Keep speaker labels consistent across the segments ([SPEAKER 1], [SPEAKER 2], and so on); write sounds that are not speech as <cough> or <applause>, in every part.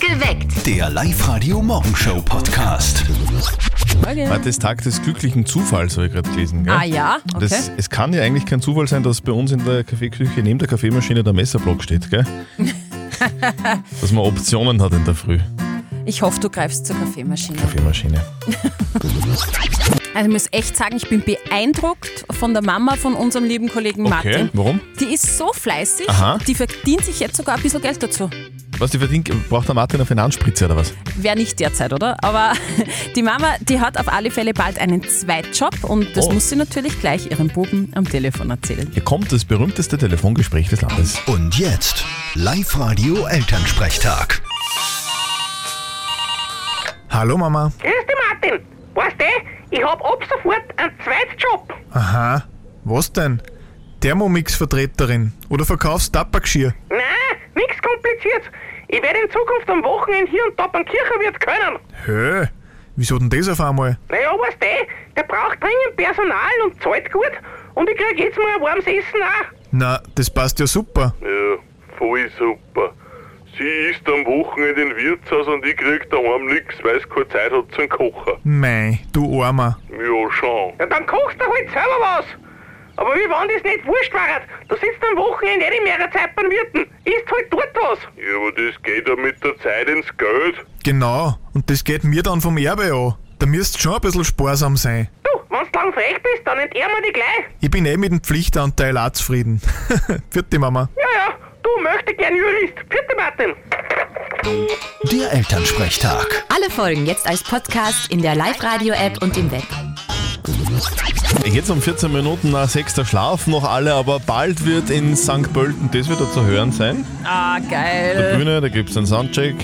[SPEAKER 1] Geweckt.
[SPEAKER 2] Der Live-Radio-Morgenshow-Podcast.
[SPEAKER 3] Heute ist Tag des glücklichen Zufalls, habe ich gerade gelesen. Gell?
[SPEAKER 4] Ah ja, okay.
[SPEAKER 3] Das, es kann ja eigentlich kein Zufall sein, dass bei uns in der Kaffeeküche neben der Kaffeemaschine der Messerblock steht,
[SPEAKER 4] <laughs>
[SPEAKER 3] gell? dass man Optionen hat in der Früh.
[SPEAKER 4] Ich hoffe, du greifst zur Kaffeemaschine.
[SPEAKER 3] Kaffeemaschine.
[SPEAKER 4] Also ich muss echt sagen, ich bin beeindruckt von der Mama von unserem lieben Kollegen
[SPEAKER 3] Okay,
[SPEAKER 4] Martin.
[SPEAKER 3] warum?
[SPEAKER 4] Die ist so fleißig,
[SPEAKER 3] Aha.
[SPEAKER 4] die verdient sich jetzt sogar ein bisschen Geld dazu.
[SPEAKER 3] Was, die verdient, braucht der Martin eine Finanzspritze oder was?
[SPEAKER 4] Wäre nicht derzeit, oder? Aber <laughs> die Mama, die hat auf alle Fälle bald einen Zweitjob und das
[SPEAKER 3] Oh.
[SPEAKER 4] muss sie natürlich gleich ihrem Buben am Telefon erzählen.
[SPEAKER 3] Hier kommt das berühmteste Telefongespräch des Landes.
[SPEAKER 2] Und jetzt Live-Radio Elternsprechtag.
[SPEAKER 5] Hallo Mama.
[SPEAKER 6] Grüß dich, Martin. Weißt du, ich hab ab sofort einen Zweitjob.
[SPEAKER 5] Aha, was denn? Thermomix-Vertreterin oder verkaufst Tapakschir?
[SPEAKER 6] Nein, nichts kompliziert. Ich werde in Zukunft am Wochenende hier und da beim Kirchenwirt können.
[SPEAKER 5] Hö, wieso denn das auf einmal?
[SPEAKER 6] Naja, weißt du, der braucht dringend Personal und zahlt gut. Und ich krieg jetzt mal ein warmes Essen auch.
[SPEAKER 5] Na, das passt ja super.
[SPEAKER 7] Ja, voll super. Sie isst am Wochenende im Wirtshaus und ich krieg daheim nix, weil sie keine Zeit hat zum Kochen.
[SPEAKER 5] Mei, du Armer.
[SPEAKER 7] Ja, schon.
[SPEAKER 6] Ja, dann kochst du halt selber was. Aber wie wenn das nicht wurscht wäre, du sitzt am Wochenende eh nicht mehr Zeit beim Wirten. Isst halt dort was.
[SPEAKER 7] Ja, aber das geht ja mit der Zeit ins Geld.
[SPEAKER 5] Genau, und das geht mir dann vom Erbe an. Da müsst schon ein bisschen sparsam sein.
[SPEAKER 6] Du, wenn's lang frech bist, dann entehren wir dich gleich.
[SPEAKER 5] Ich bin eh mit dem Pflichtanteil auch zufrieden. <laughs> Für die Mama.
[SPEAKER 6] Ja, ja, du möchte gern Jurist. Bitte, Martin.
[SPEAKER 2] Der Elternsprechtag.
[SPEAKER 8] Alle Folgen jetzt als Podcast in der Live-Radio-App und im Web.
[SPEAKER 3] Jetzt um 14 Minuten nach 6. Da schlafen noch alle, aber bald wird in St. Pölten das wieder zu hören sein.
[SPEAKER 4] Ah,
[SPEAKER 3] Auf der
[SPEAKER 4] geil.
[SPEAKER 3] Bühne, da gibt es einen Soundcheck.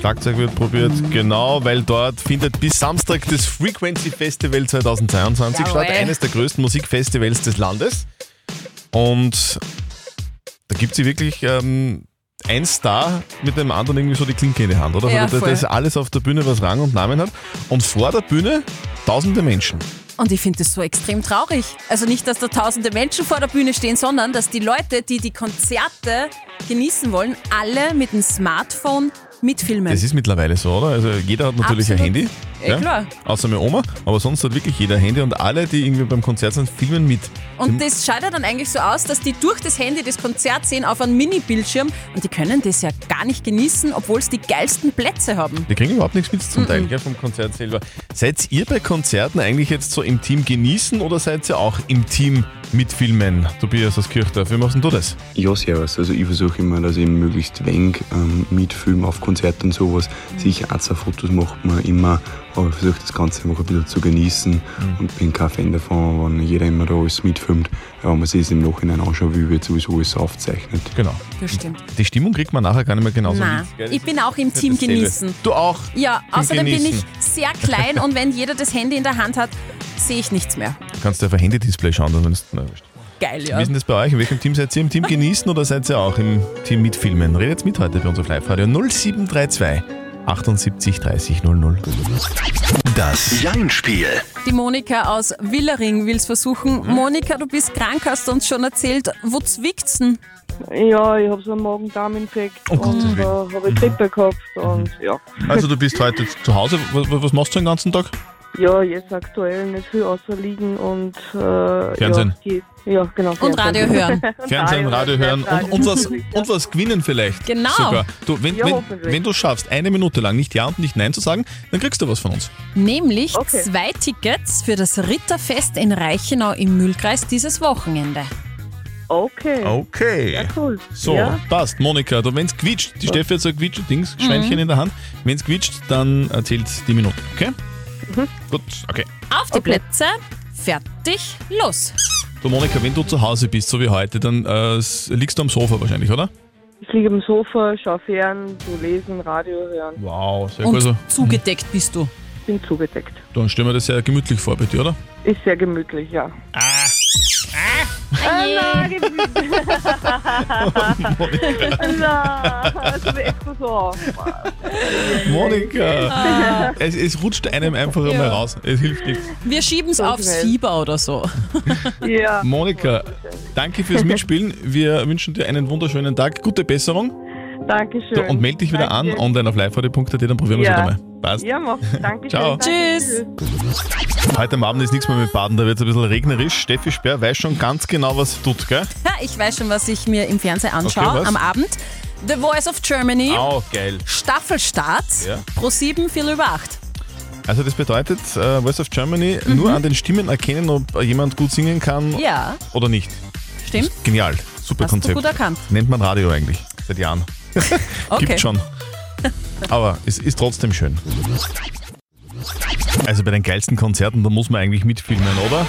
[SPEAKER 3] Schlagzeug wird probiert, genau, weil dort findet bis Samstag das Frequency Festival 2022
[SPEAKER 4] Jawohl.
[SPEAKER 3] statt, eines der größten Musikfestivals des Landes. Und da gibt sie wirklich ähm, ein Star mit dem anderen irgendwie so die Klinke in die Hand, oder?
[SPEAKER 4] Ja,
[SPEAKER 3] also, da, da
[SPEAKER 4] voll.
[SPEAKER 3] ist alles auf der Bühne, was Rang und Namen hat. Und vor der Bühne tausende Menschen.
[SPEAKER 4] Und ich finde das so extrem traurig. Also nicht, dass da tausende Menschen vor der Bühne stehen, sondern dass die Leute, die die Konzerte genießen wollen, alle mit dem Smartphone mitfilmen.
[SPEAKER 3] Das ist mittlerweile so, oder? Also jeder hat natürlich
[SPEAKER 4] Absolut.
[SPEAKER 3] ein Handy.
[SPEAKER 4] Eh, klar.
[SPEAKER 3] Außer meine Oma, aber sonst hat wirklich jeder ein Handy und alle, die irgendwie beim Konzert sind, filmen mit.
[SPEAKER 4] Und das schaut ja dann eigentlich so aus, dass die durch das Handy das Konzert sehen auf einem Mini-Bildschirm und die können das ja gar nicht genießen, obwohl es die geilsten Plätze haben.
[SPEAKER 3] Die kriegen überhaupt nichts mit
[SPEAKER 4] Mhm.
[SPEAKER 3] zum Teil gell, vom Konzert selber. Seid ihr bei Konzerten eigentlich jetzt so im Team genießen oder seid ihr auch im Team mitfilmen? Tobias aus Kirchdorf, wie machst denn du das?
[SPEAKER 9] Ja, servus. Also ich versuche immer, dass ich möglichst wenig ähm, mitfilme auf Konzerten und sowas. Sicher Aza-Fotos macht man immer, aber ich versuche das Ganze einfach ein bisschen zu genießen und bin kein Fan davon, wenn jeder immer da alles mitfilmt, ja, wenn man sich das im Nachhinein anschaut, wie wird sowieso alles aufzeichnet.
[SPEAKER 3] Genau.
[SPEAKER 4] Das stimmt.
[SPEAKER 3] Die Stimmung kriegt man nachher gar nicht mehr genauso
[SPEAKER 4] Nein,
[SPEAKER 3] mit. gell?
[SPEAKER 4] ich bin auch im
[SPEAKER 3] Das ist
[SPEAKER 4] Team
[SPEAKER 3] nicht dasselbe.
[SPEAKER 4] genießen.
[SPEAKER 3] Du auch?
[SPEAKER 4] Ja,
[SPEAKER 3] Team
[SPEAKER 4] außerdem bin ich
[SPEAKER 3] genießen.
[SPEAKER 4] sehr klein und wenn jeder das Handy in der Hand hat, sehe ich nichts mehr.
[SPEAKER 3] Du kannst ja auf ein Handy-Display schauen, dann ist es wurscht.
[SPEAKER 4] Geil,
[SPEAKER 3] Wie
[SPEAKER 4] ja.
[SPEAKER 3] ist denn das bei euch? In welchem Team seid ihr? Im Team genießen oder seid ihr auch im Team mitfilmen? Redet mit heute bei uns auf Live-Radio 0732 78 30 00.
[SPEAKER 2] Das Jein-Spiel.
[SPEAKER 4] Die Monika aus Willering will es versuchen.
[SPEAKER 3] Mhm.
[SPEAKER 4] Monika, du bist krank, hast du uns schon erzählt. Wo zwickt's denn?
[SPEAKER 10] Ja, ich habe so einen Magen-Darm-Infekt
[SPEAKER 3] Oh Gottes
[SPEAKER 10] und äh, habe
[SPEAKER 3] Mhm.
[SPEAKER 10] Grippe gehabt und ja.
[SPEAKER 3] Also du bist heute zu Hause. Was, was machst du den ganzen Tag?
[SPEAKER 10] Ja, jetzt aktuell nicht viel außer liegen und äh, Ja,
[SPEAKER 3] Fernsehen.
[SPEAKER 10] geht- ja, genau.
[SPEAKER 4] Und Radio
[SPEAKER 3] <laughs>
[SPEAKER 4] hören.
[SPEAKER 3] Fernsehen, Radio hören und, und, was,
[SPEAKER 10] natürlich,
[SPEAKER 3] und was gewinnen vielleicht.
[SPEAKER 4] Genau.
[SPEAKER 3] Sogar. Du, wenn,
[SPEAKER 10] Ja,
[SPEAKER 3] wenn,
[SPEAKER 10] hoffentlich.
[SPEAKER 3] wenn du schaffst, eine Minute lang nicht Ja und nicht Nein zu sagen, dann kriegst du was von uns.
[SPEAKER 4] Nämlich
[SPEAKER 10] Okay.
[SPEAKER 4] zwei Tickets für das Ritterfest in Reichenau im Mühlkreis dieses Wochenende.
[SPEAKER 10] Okay.
[SPEAKER 3] Okay.
[SPEAKER 10] Cool.
[SPEAKER 3] So,
[SPEAKER 10] Ja, Mhm.
[SPEAKER 3] passt. Monika, du, wenn's quietscht, die Steffi hat so ein Quietsch-Dings, Schweinchen in der Hand. Wenn's quietscht, dann erzählt die Minute, okay?
[SPEAKER 10] Mhm.
[SPEAKER 3] Gut, okay.
[SPEAKER 4] Auf die Plätze, fertig, los.
[SPEAKER 3] Du Monika, wenn du zu Hause bist, so wie heute, dann äh, s- liegst du am Sofa wahrscheinlich, oder?
[SPEAKER 10] ich liege im Sofa, schaue fern, du lesen, Radio hören.
[SPEAKER 3] Wow, sehr
[SPEAKER 4] Und
[SPEAKER 3] cool. Also,
[SPEAKER 4] zugedeckt bist du.
[SPEAKER 10] Bin zugedeckt.
[SPEAKER 3] dann stellen wir das sehr gemütlich vor bei dir, oder?
[SPEAKER 10] Ist sehr gemütlich, ja.
[SPEAKER 3] Ah.
[SPEAKER 10] Ah. <laughs>
[SPEAKER 3] <laughs> Oh
[SPEAKER 10] Na, also extra so auf.
[SPEAKER 3] Monika!
[SPEAKER 10] Ah.
[SPEAKER 3] Es, es rutscht einem einfach einmal raus. Es hilft nichts.
[SPEAKER 4] Wir schieben's aufs Fieber oder so.
[SPEAKER 10] Ja. <laughs>
[SPEAKER 3] Monika, danke fürs Mitspielen. Wir wünschen dir einen wunderschönen Tag. Gute Besserung.
[SPEAKER 10] Dankeschön.
[SPEAKER 3] Du, und melde dich wieder an,
[SPEAKER 10] Danke.
[SPEAKER 3] online auf liveradio.at, dann probieren wir es
[SPEAKER 10] Ja.
[SPEAKER 3] wieder mal. Passt.
[SPEAKER 10] Ja, mach. Dankeschön.
[SPEAKER 3] Ciao.
[SPEAKER 10] Danke.
[SPEAKER 4] Tschüss.
[SPEAKER 3] Heute am Abend ist nichts mehr mit Baden, da wird es ein bisschen regnerisch. Steffi Sperr weiß schon ganz genau, was sie tut, gell?
[SPEAKER 4] Ja, ich weiß schon, was ich mir im Fernsehen anschaue
[SPEAKER 3] Okay, was?
[SPEAKER 4] am Abend. The Voice of Germany,
[SPEAKER 3] Au, geil.
[SPEAKER 4] Staffelstart,
[SPEAKER 3] Ja.
[SPEAKER 4] pro 7, Viertel über 8.
[SPEAKER 3] Also das bedeutet, äh, Voice of Germany, nur an den Stimmen erkennen, ob jemand gut singen kann
[SPEAKER 4] Ja,
[SPEAKER 3] oder nicht.
[SPEAKER 4] stimmt.
[SPEAKER 3] Genial, super
[SPEAKER 4] Hast du
[SPEAKER 3] Konzept.
[SPEAKER 4] gut erkannt.
[SPEAKER 3] Nennt man Radio eigentlich, seit Jahren.
[SPEAKER 4] <laughs> Okay.
[SPEAKER 3] Gibt schon. Aber es ist trotzdem schön. Also bei den geilsten Konzerten, da muss man eigentlich mitfilmen, oder?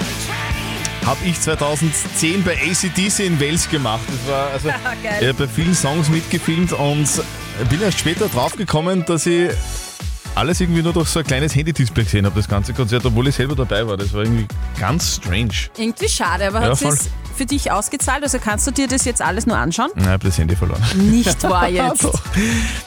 [SPEAKER 3] Habe ich 2010 bei ACDC in Wales gemacht. Das war
[SPEAKER 4] <laughs>
[SPEAKER 3] also
[SPEAKER 4] Ah, Geil.
[SPEAKER 3] äh, bei vielen Songs mitgefilmt und bin erst später draufgekommen, dass ich alles irgendwie nur durch so ein kleines Handy-Display gesehen habe, das ganze Konzert, obwohl ich selber dabei war. Das war irgendwie ganz strange.
[SPEAKER 4] Irgendwie schade, aber
[SPEAKER 3] Ja,
[SPEAKER 4] hat
[SPEAKER 3] voll.
[SPEAKER 4] es für dich ausgezahlt? Also kannst du dir das jetzt alles nur anschauen?
[SPEAKER 3] Ich habe das Handy verloren.
[SPEAKER 4] Nicht
[SPEAKER 3] <laughs>
[SPEAKER 4] wahr jetzt.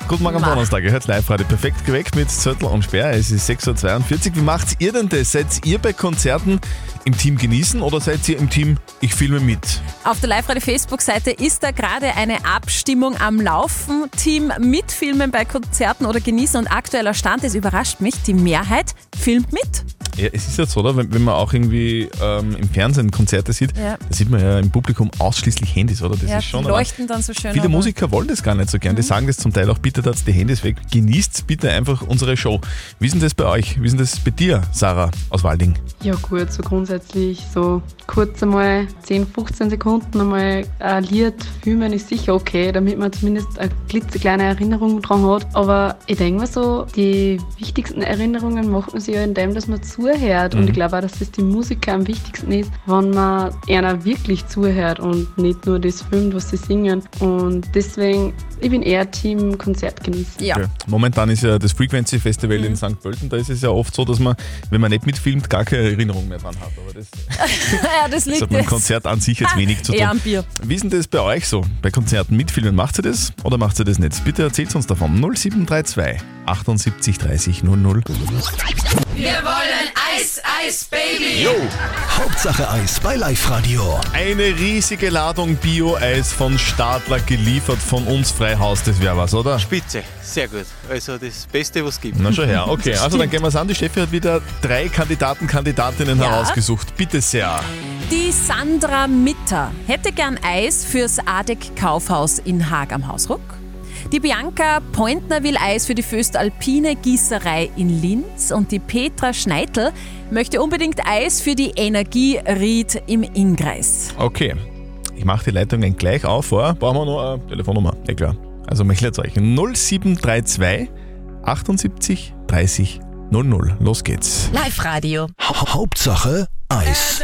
[SPEAKER 3] Guten Morgen am
[SPEAKER 4] Ma.
[SPEAKER 3] Donnerstag, ihr hört live heute perfekt geweckt mit Zettel und Sperr. Es ist 6.42 Uhr. Wie macht ihr denn das? Seid ihr bei Konzerten im Team genießen oder seid ihr im Team ich filme mit?
[SPEAKER 4] Auf der Live-Radio-Facebook-Seite ist da gerade eine Abstimmung am Laufen. Team mitfilmen bei Konzerten oder genießen und aktueller Stand, es überrascht mich, die Mehrheit filmt mit.
[SPEAKER 3] Ja, es ist ja so, oder? Wenn, wenn man auch irgendwie ähm, im Fernsehen Konzerte sieht,
[SPEAKER 4] Ja.
[SPEAKER 3] da sieht man ja im Publikum ausschließlich Handys, oder? Das
[SPEAKER 4] ja,
[SPEAKER 3] ist schon
[SPEAKER 4] die
[SPEAKER 3] aber-
[SPEAKER 4] leuchten dann so schön.
[SPEAKER 3] Viele
[SPEAKER 4] aber- Mhm.
[SPEAKER 3] Musiker wollen das gar nicht so gern. Die sagen das zum Teil auch, bitte tat die Handys weg, genießt bitte einfach unsere Show. Wie ist denn das bei euch? Wie ist denn das bei dir, Sarah aus Walding?
[SPEAKER 1] Ja gut, so grundsätzlich so kurz einmal 10, 15 Sekunden einmal äh, ein Lied filmen ist sicher okay, damit man zumindest eine klitzekleine Erinnerung dran hat. Aber ich denke mir so, die wichtigsten Erinnerungen macht man sich ja indem, dass man zuhört. Und ich glaube auch, dass das die Musiker am wichtigsten ist, wenn man einer wirklich zuhört und nicht nur das filmt, was sie singen. Und deswegen, ich bin eher Team Konzert genießen.
[SPEAKER 4] Ja.
[SPEAKER 3] Okay. Momentan ist ja das Frequency Festival in St. Pölten, da ist es ja oft so, dass man, wenn man nicht mitfilmt, gar keine Erinnerung mehr dran hat. Aber das,
[SPEAKER 4] <laughs> ja, das
[SPEAKER 3] das
[SPEAKER 4] liegt
[SPEAKER 3] hat mit dem
[SPEAKER 4] jetzt
[SPEAKER 3] Konzert an sich jetzt wenig zu
[SPEAKER 4] eher am
[SPEAKER 3] tun.
[SPEAKER 4] Bier.
[SPEAKER 3] Wie ist denn das bei euch so? Bei Konzerten mitfilmen, macht ihr das oder macht ihr das nicht? Bitte erzählt uns davon. 0732 78 30 00.
[SPEAKER 2] Hauptsache Eis bei Live-Radio.
[SPEAKER 3] Eine riesige Ladung Bio-Eis von Stadler geliefert von uns Freihaus. Das wäre was, oder?
[SPEAKER 11] Spitze, sehr gut. Also das Beste, was es gibt.
[SPEAKER 3] Na schon her.
[SPEAKER 11] <laughs>
[SPEAKER 3] Okay, also dann gehen wir es an. Die Steffi hat wieder drei Kandidaten, Kandidatinnen
[SPEAKER 4] Ja.
[SPEAKER 3] herausgesucht. Bitte sehr.
[SPEAKER 4] Die Sandra Mitter hätte gern Eis fürs ADEC Kaufhaus in Haag am Hausruck. Die Bianca Pointner will Eis für die Föstalpine Gießerei in Linz und die Petra Schneitl möchte unbedingt Eis für die Energie Ried im Inngreis.
[SPEAKER 3] Okay, ich mache die Leitung ein gleich auf. Vor. Brauchen wir noch eine Telefonnummer? Ja klar. Also Mechlerzeichen 0732 78 30 00. Los geht's.
[SPEAKER 8] Live-Radio.
[SPEAKER 2] Ha Hauptsache Eis.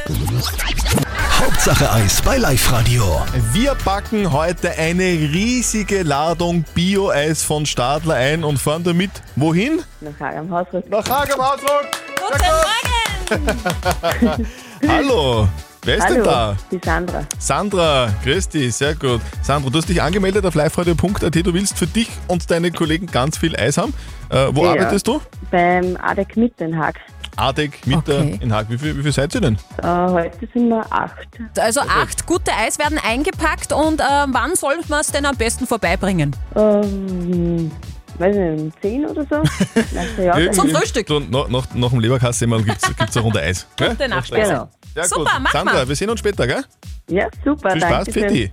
[SPEAKER 2] Hauptsache Eis bei Live-Radio.
[SPEAKER 3] Wir backen heute eine riesige Ladung Bio-Eis von Stadler ein und fahren damit wohin?
[SPEAKER 10] Nach Haag am Hausriss.
[SPEAKER 3] Nach Haag am Ausdruck.
[SPEAKER 4] Guten Morgen!
[SPEAKER 3] Hallo, wer ist
[SPEAKER 10] Hallo,
[SPEAKER 3] denn da?
[SPEAKER 10] die Sandra.
[SPEAKER 3] Sandra, grüß dich, sehr gut. Sandra, du hast dich angemeldet auf liveradio.at. Du willst für dich und deine Kollegen ganz viel Eis haben. Äh, wo
[SPEAKER 10] Ja.
[SPEAKER 3] arbeitest du?
[SPEAKER 10] Beim ADEC mit in Haag.
[SPEAKER 3] ADEC mit
[SPEAKER 4] Okay.
[SPEAKER 3] der in Haag. Wie viel, wie viel seid ihr denn?
[SPEAKER 10] Äh, heute sind wir acht.
[SPEAKER 4] Also acht gute Eis werden eingepackt und äh, wann soll man es denn am besten vorbeibringen?
[SPEAKER 10] Ähm, weiß nicht, um zehn oder
[SPEAKER 3] <laughs>
[SPEAKER 10] so? Lass ja
[SPEAKER 3] Irgendwie-
[SPEAKER 10] sein.
[SPEAKER 4] Zum Frühstück.
[SPEAKER 3] So, nach, nach, nach dem Leberkasse gibt es eine Runde Eis. Gell?
[SPEAKER 4] Gute Nachspeise.
[SPEAKER 10] Genau.
[SPEAKER 3] Sehr
[SPEAKER 4] Super,
[SPEAKER 3] gut.
[SPEAKER 4] mach
[SPEAKER 3] Sandra,
[SPEAKER 4] mal.
[SPEAKER 3] wir sehen uns später, gell?
[SPEAKER 10] Ja, super.
[SPEAKER 3] Viel Spaß,
[SPEAKER 10] Dankeschön.
[SPEAKER 3] Fitti.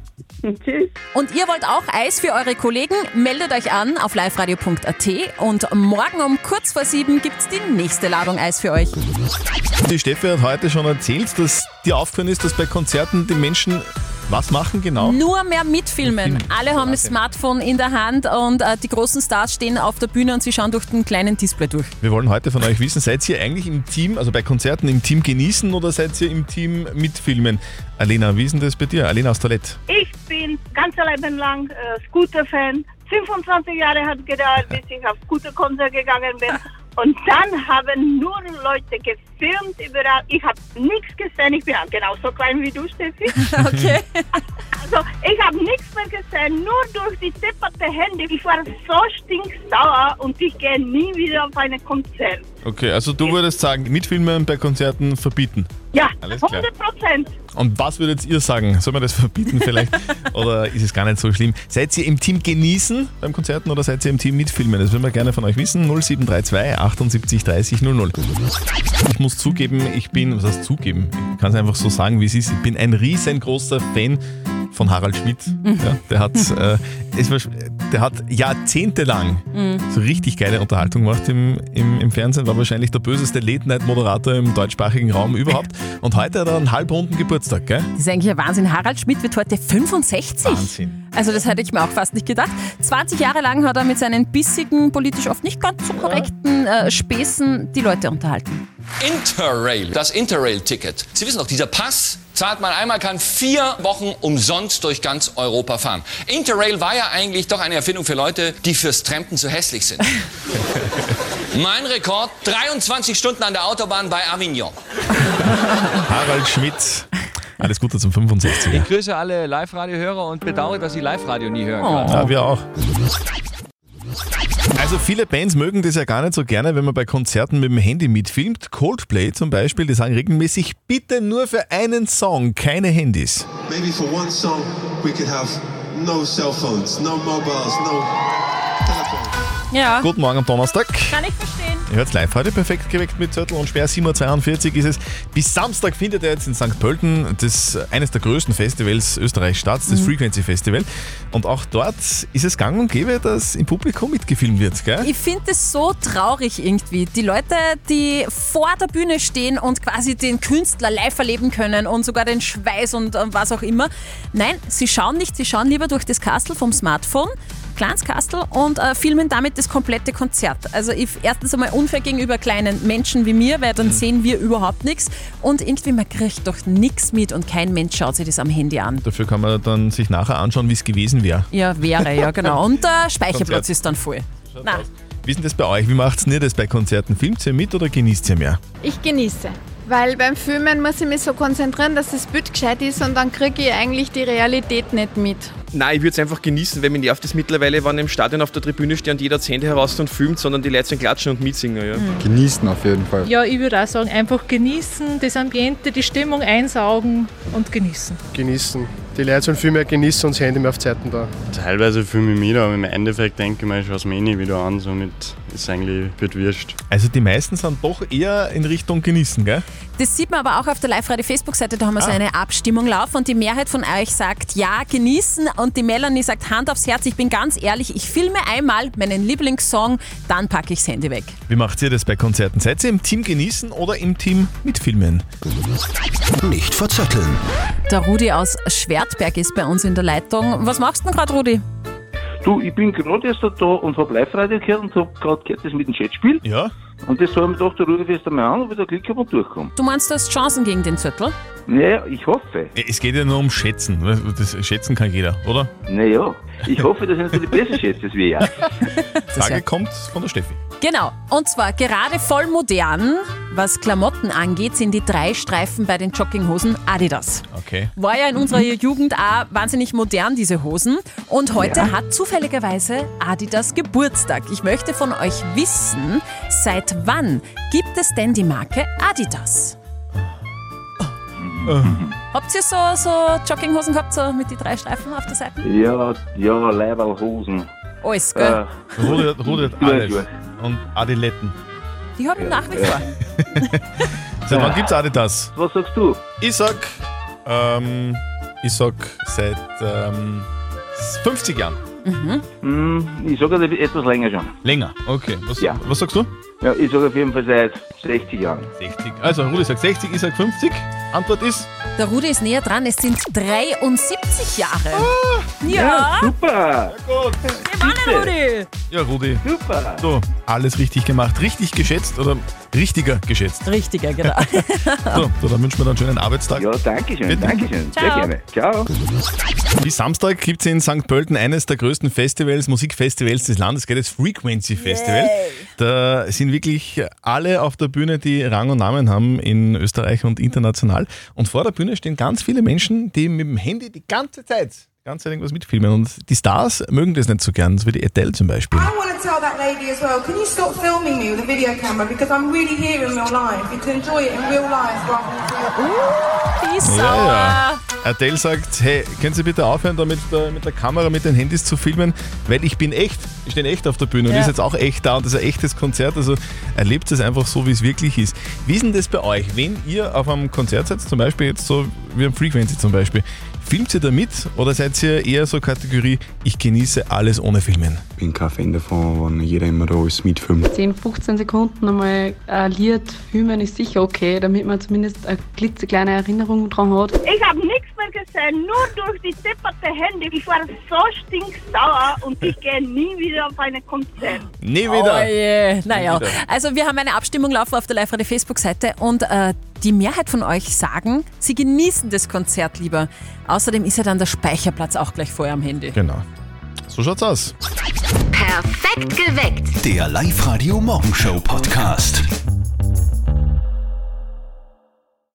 [SPEAKER 10] Tschüss.
[SPEAKER 4] Und ihr wollt auch Eis für eure Kollegen? Meldet euch an auf liveradio.at und morgen um kurz vor sieben gibt's die nächste Ladung Eis für euch.
[SPEAKER 3] Die Steffi hat heute schon erzählt, dass dir aufgefallen ist, dass bei Konzerten die Menschen was machen genau?
[SPEAKER 4] Nur mehr mitfilmen. Alle haben das Smartphone in der Hand und äh, die großen Stars stehen auf der Bühne und sie schauen durch den kleinen Display <laughs> durch.
[SPEAKER 3] Wir wollen heute von euch wissen, seid ihr eigentlich im Team, also bei Konzerten im Team genießen oder seid ihr im Team mitfilmen? Alena, wie ist denn das bei dir? Alena aus Toilette.
[SPEAKER 12] Ich bin ganz Leben lang äh, Scooter-Fan. 25 Jahre hat gedauert, bis ich auf Scooter-Konzert gegangen bin. Und dann haben nur Leute gefilmt überall. Ich habe nichts gesehen. Ich bin genauso klein wie du, Steffi.
[SPEAKER 4] Okay.
[SPEAKER 12] Also ich habe nichts mehr gesehen, nur durch die zipperte Hände. Ich war so stinksauer und ich gehe nie wieder auf ein Konzert.
[SPEAKER 3] Okay, also du würdest sagen, mitfilmen bei Konzerten verbieten.
[SPEAKER 12] Ja,
[SPEAKER 3] Alles klar.
[SPEAKER 12] 100 Prozent.
[SPEAKER 3] Und was würdet ihr sagen? Soll man das verbieten <laughs> vielleicht? oder ist es gar nicht so schlimm? Seid ihr im Team genießen beim Konzerten oder seid ihr im Team mitfilmen? Das würden wir gerne von euch wissen. 0732 78 30 00. Ich muss zugeben, ich bin, was heißt zugeben? Ich kann es einfach so sagen, wie es ist. Ich bin ein riesengroßer Fan von Harald Schmidt. Ja, der hat, äh, es war, der hat jahrzehntelang
[SPEAKER 13] Mhm.
[SPEAKER 3] so richtig geile Unterhaltung gemacht im, im, im Fernsehen, war wahrscheinlich der böseste Late-Night-Moderator im deutschsprachigen Raum überhaupt. Und heute hat er einen halbrunden Geburtstag, gell?
[SPEAKER 4] Das ist eigentlich ein Wahnsinn. Harald Schmidt wird heute 65.
[SPEAKER 3] Wahnsinn.
[SPEAKER 4] Also das hätte ich mir auch fast nicht gedacht. 20 Jahre lang hat er mit seinen bissigen, politisch oft nicht ganz so korrekten äh, Späßen die Leute unterhalten.
[SPEAKER 14] Interrail, das Interrail-Ticket. Sie wissen doch, dieser Pass zahlt man einmal, kann vier Wochen umsonst durch ganz Europa fahren. Interrail war ja eigentlich doch eine Erfindung für Leute, die fürs Trampen zu hässlich
[SPEAKER 15] <laughs>
[SPEAKER 14] sind. mein Rekord, 23 Stunden an der Autobahn bei Avignon.
[SPEAKER 3] Harald Schmidt. Alles Gute zum 65er.
[SPEAKER 15] Ich grüße alle Live-Radio-Hörer und bedauere, dass ich Live-Radio nie hören
[SPEAKER 16] Oh.
[SPEAKER 15] kann.
[SPEAKER 3] Ja, wir auch. Also viele Bands mögen das ja gar nicht so gerne, wenn man bei Konzerten mit dem Handy mitfilmt. Coldplay zum Beispiel, die sagen regelmäßig, bitte nur für einen Song, keine Handys.
[SPEAKER 17] Maybe for one song, we could have no cell phones, no mobiles, no
[SPEAKER 4] Ja.
[SPEAKER 3] Guten Morgen am Donnerstag.
[SPEAKER 4] Kann ich verstehen.
[SPEAKER 3] Ihr hört's live heute perfekt geweckt mit Zettel und schwer 7.42 Uhr ist es. Bis Samstag findet er jetzt in St. Pölten das, eines der größten Festivals Österreichs statt, das
[SPEAKER 4] Mhm.
[SPEAKER 3] Frequency Festival. Und auch dort ist es gang und gäbe, dass im Publikum mitgefilmt wird, gell?
[SPEAKER 4] Ich finde es so traurig irgendwie. Die Leute, die vor der Bühne stehen und quasi den Künstler live erleben können und sogar den Schweiß und äh, was auch immer. Nein, sie schauen nicht, sie schauen lieber durch das Kastel vom Smartphone. Kleines Kastel und äh, filmen damit das komplette Konzert. Also ich, erstens einmal unfair gegenüber kleinen Menschen wie mir, weil dann sehen wir überhaupt nichts. Und irgendwie, man kriegt doch nichts mit und kein Mensch schaut sich das am Handy an.
[SPEAKER 3] Dafür kann man dann sich nachher anschauen, wie es gewesen wäre.
[SPEAKER 4] Ja, wäre, ja genau. Und der Speicherplatz
[SPEAKER 3] Konzert.
[SPEAKER 4] ist dann voll. Na,
[SPEAKER 3] Wie ist denn das bei euch? Wie macht's denn ihr das bei Konzerten? Filmt ihr mit oder genießt ihr mehr?
[SPEAKER 18] Ich genieße. Weil beim Filmen muss ich mich so konzentrieren, dass das Bild gescheit ist und dann kriege ich eigentlich die Realität nicht mit.
[SPEAKER 19] Nein, ich würde es einfach genießen, weil mir nervt es mittlerweile, wenn ich im Stadion auf der Tribüne stehe und jeder das Handy heraus und filmt, sondern die Leute sind klatschen und mitsingen. Ja.
[SPEAKER 20] Mhm.
[SPEAKER 19] Genießen auf jeden Fall.
[SPEAKER 21] Ja, ich würde auch sagen, einfach genießen, das Ambiente, die Stimmung einsaugen und genießen.
[SPEAKER 16] Genießen. Die Leute sollen viel mehr genießen und das Handy mehr auf Zeiten da.
[SPEAKER 22] Teilweise fühle ich mich wieder, aber im Endeffekt denke ich mir, ich schaue es mir eh nie wieder an, somit ist eigentlich wird wurscht.
[SPEAKER 3] Also die meisten sind doch eher in Richtung genießen, gell?
[SPEAKER 4] Das sieht man aber auch auf der Live-Radio-Facebook-Seite, da haben wir so eine Abstimmung laufen und die Mehrheit von euch sagt ja, genießen und die Melanie sagt Hand aufs Herz, ich bin ganz ehrlich, ich filme einmal meinen Lieblingssong, dann packe ich's Handy weg.
[SPEAKER 3] Wie macht ihr das bei Konzerten? Seid ihr im Team genießen oder im Team mitfilmen? Nicht verzetteln.
[SPEAKER 4] Der Rudi aus Schwertberg ist bei uns in der Leitung. Was machst du denn gerade, Rudi?
[SPEAKER 23] Du, ich bin gerade erst da und habe Live-Radio gehört und habe gerade gehört, das mit dem Chatspiel.
[SPEAKER 3] Ja.
[SPEAKER 23] Und das habe ich mir gedacht, da rufe ich jetzt einmal an, ob ich da Glück habe und durchkomme.
[SPEAKER 4] Du meinst, du hast Chancen gegen den Zettel?
[SPEAKER 23] Naja, ich hoffe.
[SPEAKER 3] Es geht ja nur um Schätzen. Das Schätzen kann jeder, oder?
[SPEAKER 23] Naja, ich hoffe, dass ich natürlich besser schätze als wir ja.
[SPEAKER 3] Frage kommt von der Steffi.
[SPEAKER 4] Genau, und zwar gerade voll modern, was Klamotten angeht, sind die drei Streifen bei den Jogginghosen Adidas.
[SPEAKER 3] Okay.
[SPEAKER 4] War ja in unserer Jugend auch wahnsinnig modern, diese Hosen. Und heute
[SPEAKER 8] Ja.
[SPEAKER 4] hat zufälligerweise Adidas Geburtstag. Ich möchte von euch wissen, seit wann gibt es denn die Marke Adidas? Habt ihr so, so Jogginghosen gehabt, so mit die drei Streifen auf der Seite?
[SPEAKER 23] Ja, ja, Äh, Leiberl, Hosen.
[SPEAKER 4] Alles, gell?
[SPEAKER 3] Rudert, Rudert alles. Und Adiletten.
[SPEAKER 4] Die haben nach wie vor.
[SPEAKER 3] Seit wann gibt's Adidas?
[SPEAKER 23] Was sagst du?
[SPEAKER 3] Ich sag, ähm, ich sag seit ähm, 50 Jahren.
[SPEAKER 23] Mhm. ich sage etwas länger schon.
[SPEAKER 3] Länger, okay. Was, was sagst du?
[SPEAKER 23] Ja, ich sage auf jeden Fall seit 60 Jahren.
[SPEAKER 3] 60. Also, Rudi sagt 60, ich sag 50. Antwort ist?
[SPEAKER 4] Der Rudi ist näher dran, es sind 73 Jahre.
[SPEAKER 23] Ja,
[SPEAKER 4] ja,
[SPEAKER 23] super.
[SPEAKER 4] Gewonnen, Rudi!
[SPEAKER 3] Ja, Rudi.
[SPEAKER 23] Super.
[SPEAKER 3] So, alles richtig gemacht. Richtig geschätzt oder richtiger <laughs> geschätzt.
[SPEAKER 4] Richtiger, genau. <laughs>
[SPEAKER 3] so, so, dann wünschen wir dann einen schönen Arbeitstag. Ja,
[SPEAKER 23] danke schön. danke schön. Sehr
[SPEAKER 3] Ciao.
[SPEAKER 23] gerne. Ciao.
[SPEAKER 3] Bis Samstag gibt es in St. Pölten eines der größten Festivals, Musikfestivals des Landes, gell, das Frequency Festival. Da sind wirklich alle auf der Bühne, die Rang und Namen haben in Österreich und international. Und vor der Bühne stehen ganz viele Menschen, die mit dem Handy die ganze Zeit ganze Zeit irgendwas mitfilmen. Und die Stars mögen das nicht so gern, so wie die Adele zum Beispiel.
[SPEAKER 7] I want to tell that lady as well, can you stop filming me with a video camera? Because I'm really here in real life. You can enjoy it in real life rather than
[SPEAKER 4] Die ist
[SPEAKER 3] Ja, ja. Adele sagt, hey, können Sie bitte aufhören, da mit der, mit der Kamera, mit den Handys zu filmen, weil ich bin echt, ich stehe echt auf der Bühne und
[SPEAKER 4] Ja.
[SPEAKER 3] ist jetzt auch echt da und das ist ein echtes Konzert, also erlebt es einfach so, wie es wirklich ist. Wie ist denn das bei euch, wenn ihr auf einem Konzert seid, zum Beispiel jetzt so wie am Frequency zum Beispiel, filmt ihr da mit oder seid ihr eher so Kategorie, ich genieße alles ohne Filmen?
[SPEAKER 9] Ich bin kein Fan davon, wenn jeder immer da alles mitfilmt.
[SPEAKER 1] 10, 15 Sekunden einmal ein Lied filmen ist sicher okay, damit man zumindest eine klitzekleine Erinnerung dran hat.
[SPEAKER 12] Ich habe nichts mehr gesehen, nur durch die zipperte Hände. Ich war so stinksauer und ich gehe nie wieder auf ein Konzert.
[SPEAKER 3] Nie
[SPEAKER 4] Oh je. Naja,
[SPEAKER 3] Nie wieder.
[SPEAKER 4] also wir haben eine Abstimmung laufen auf der live radio Facebook-Seite und äh, die Mehrheit von euch sagen, sie genießen das Konzert lieber. Außerdem ist ja dann der Speicherplatz auch gleich vorher am Handy.
[SPEAKER 3] Genau. So schaut's aus.
[SPEAKER 8] Perfekt geweckt.
[SPEAKER 2] Der Live-Radio Morgenshow Podcast.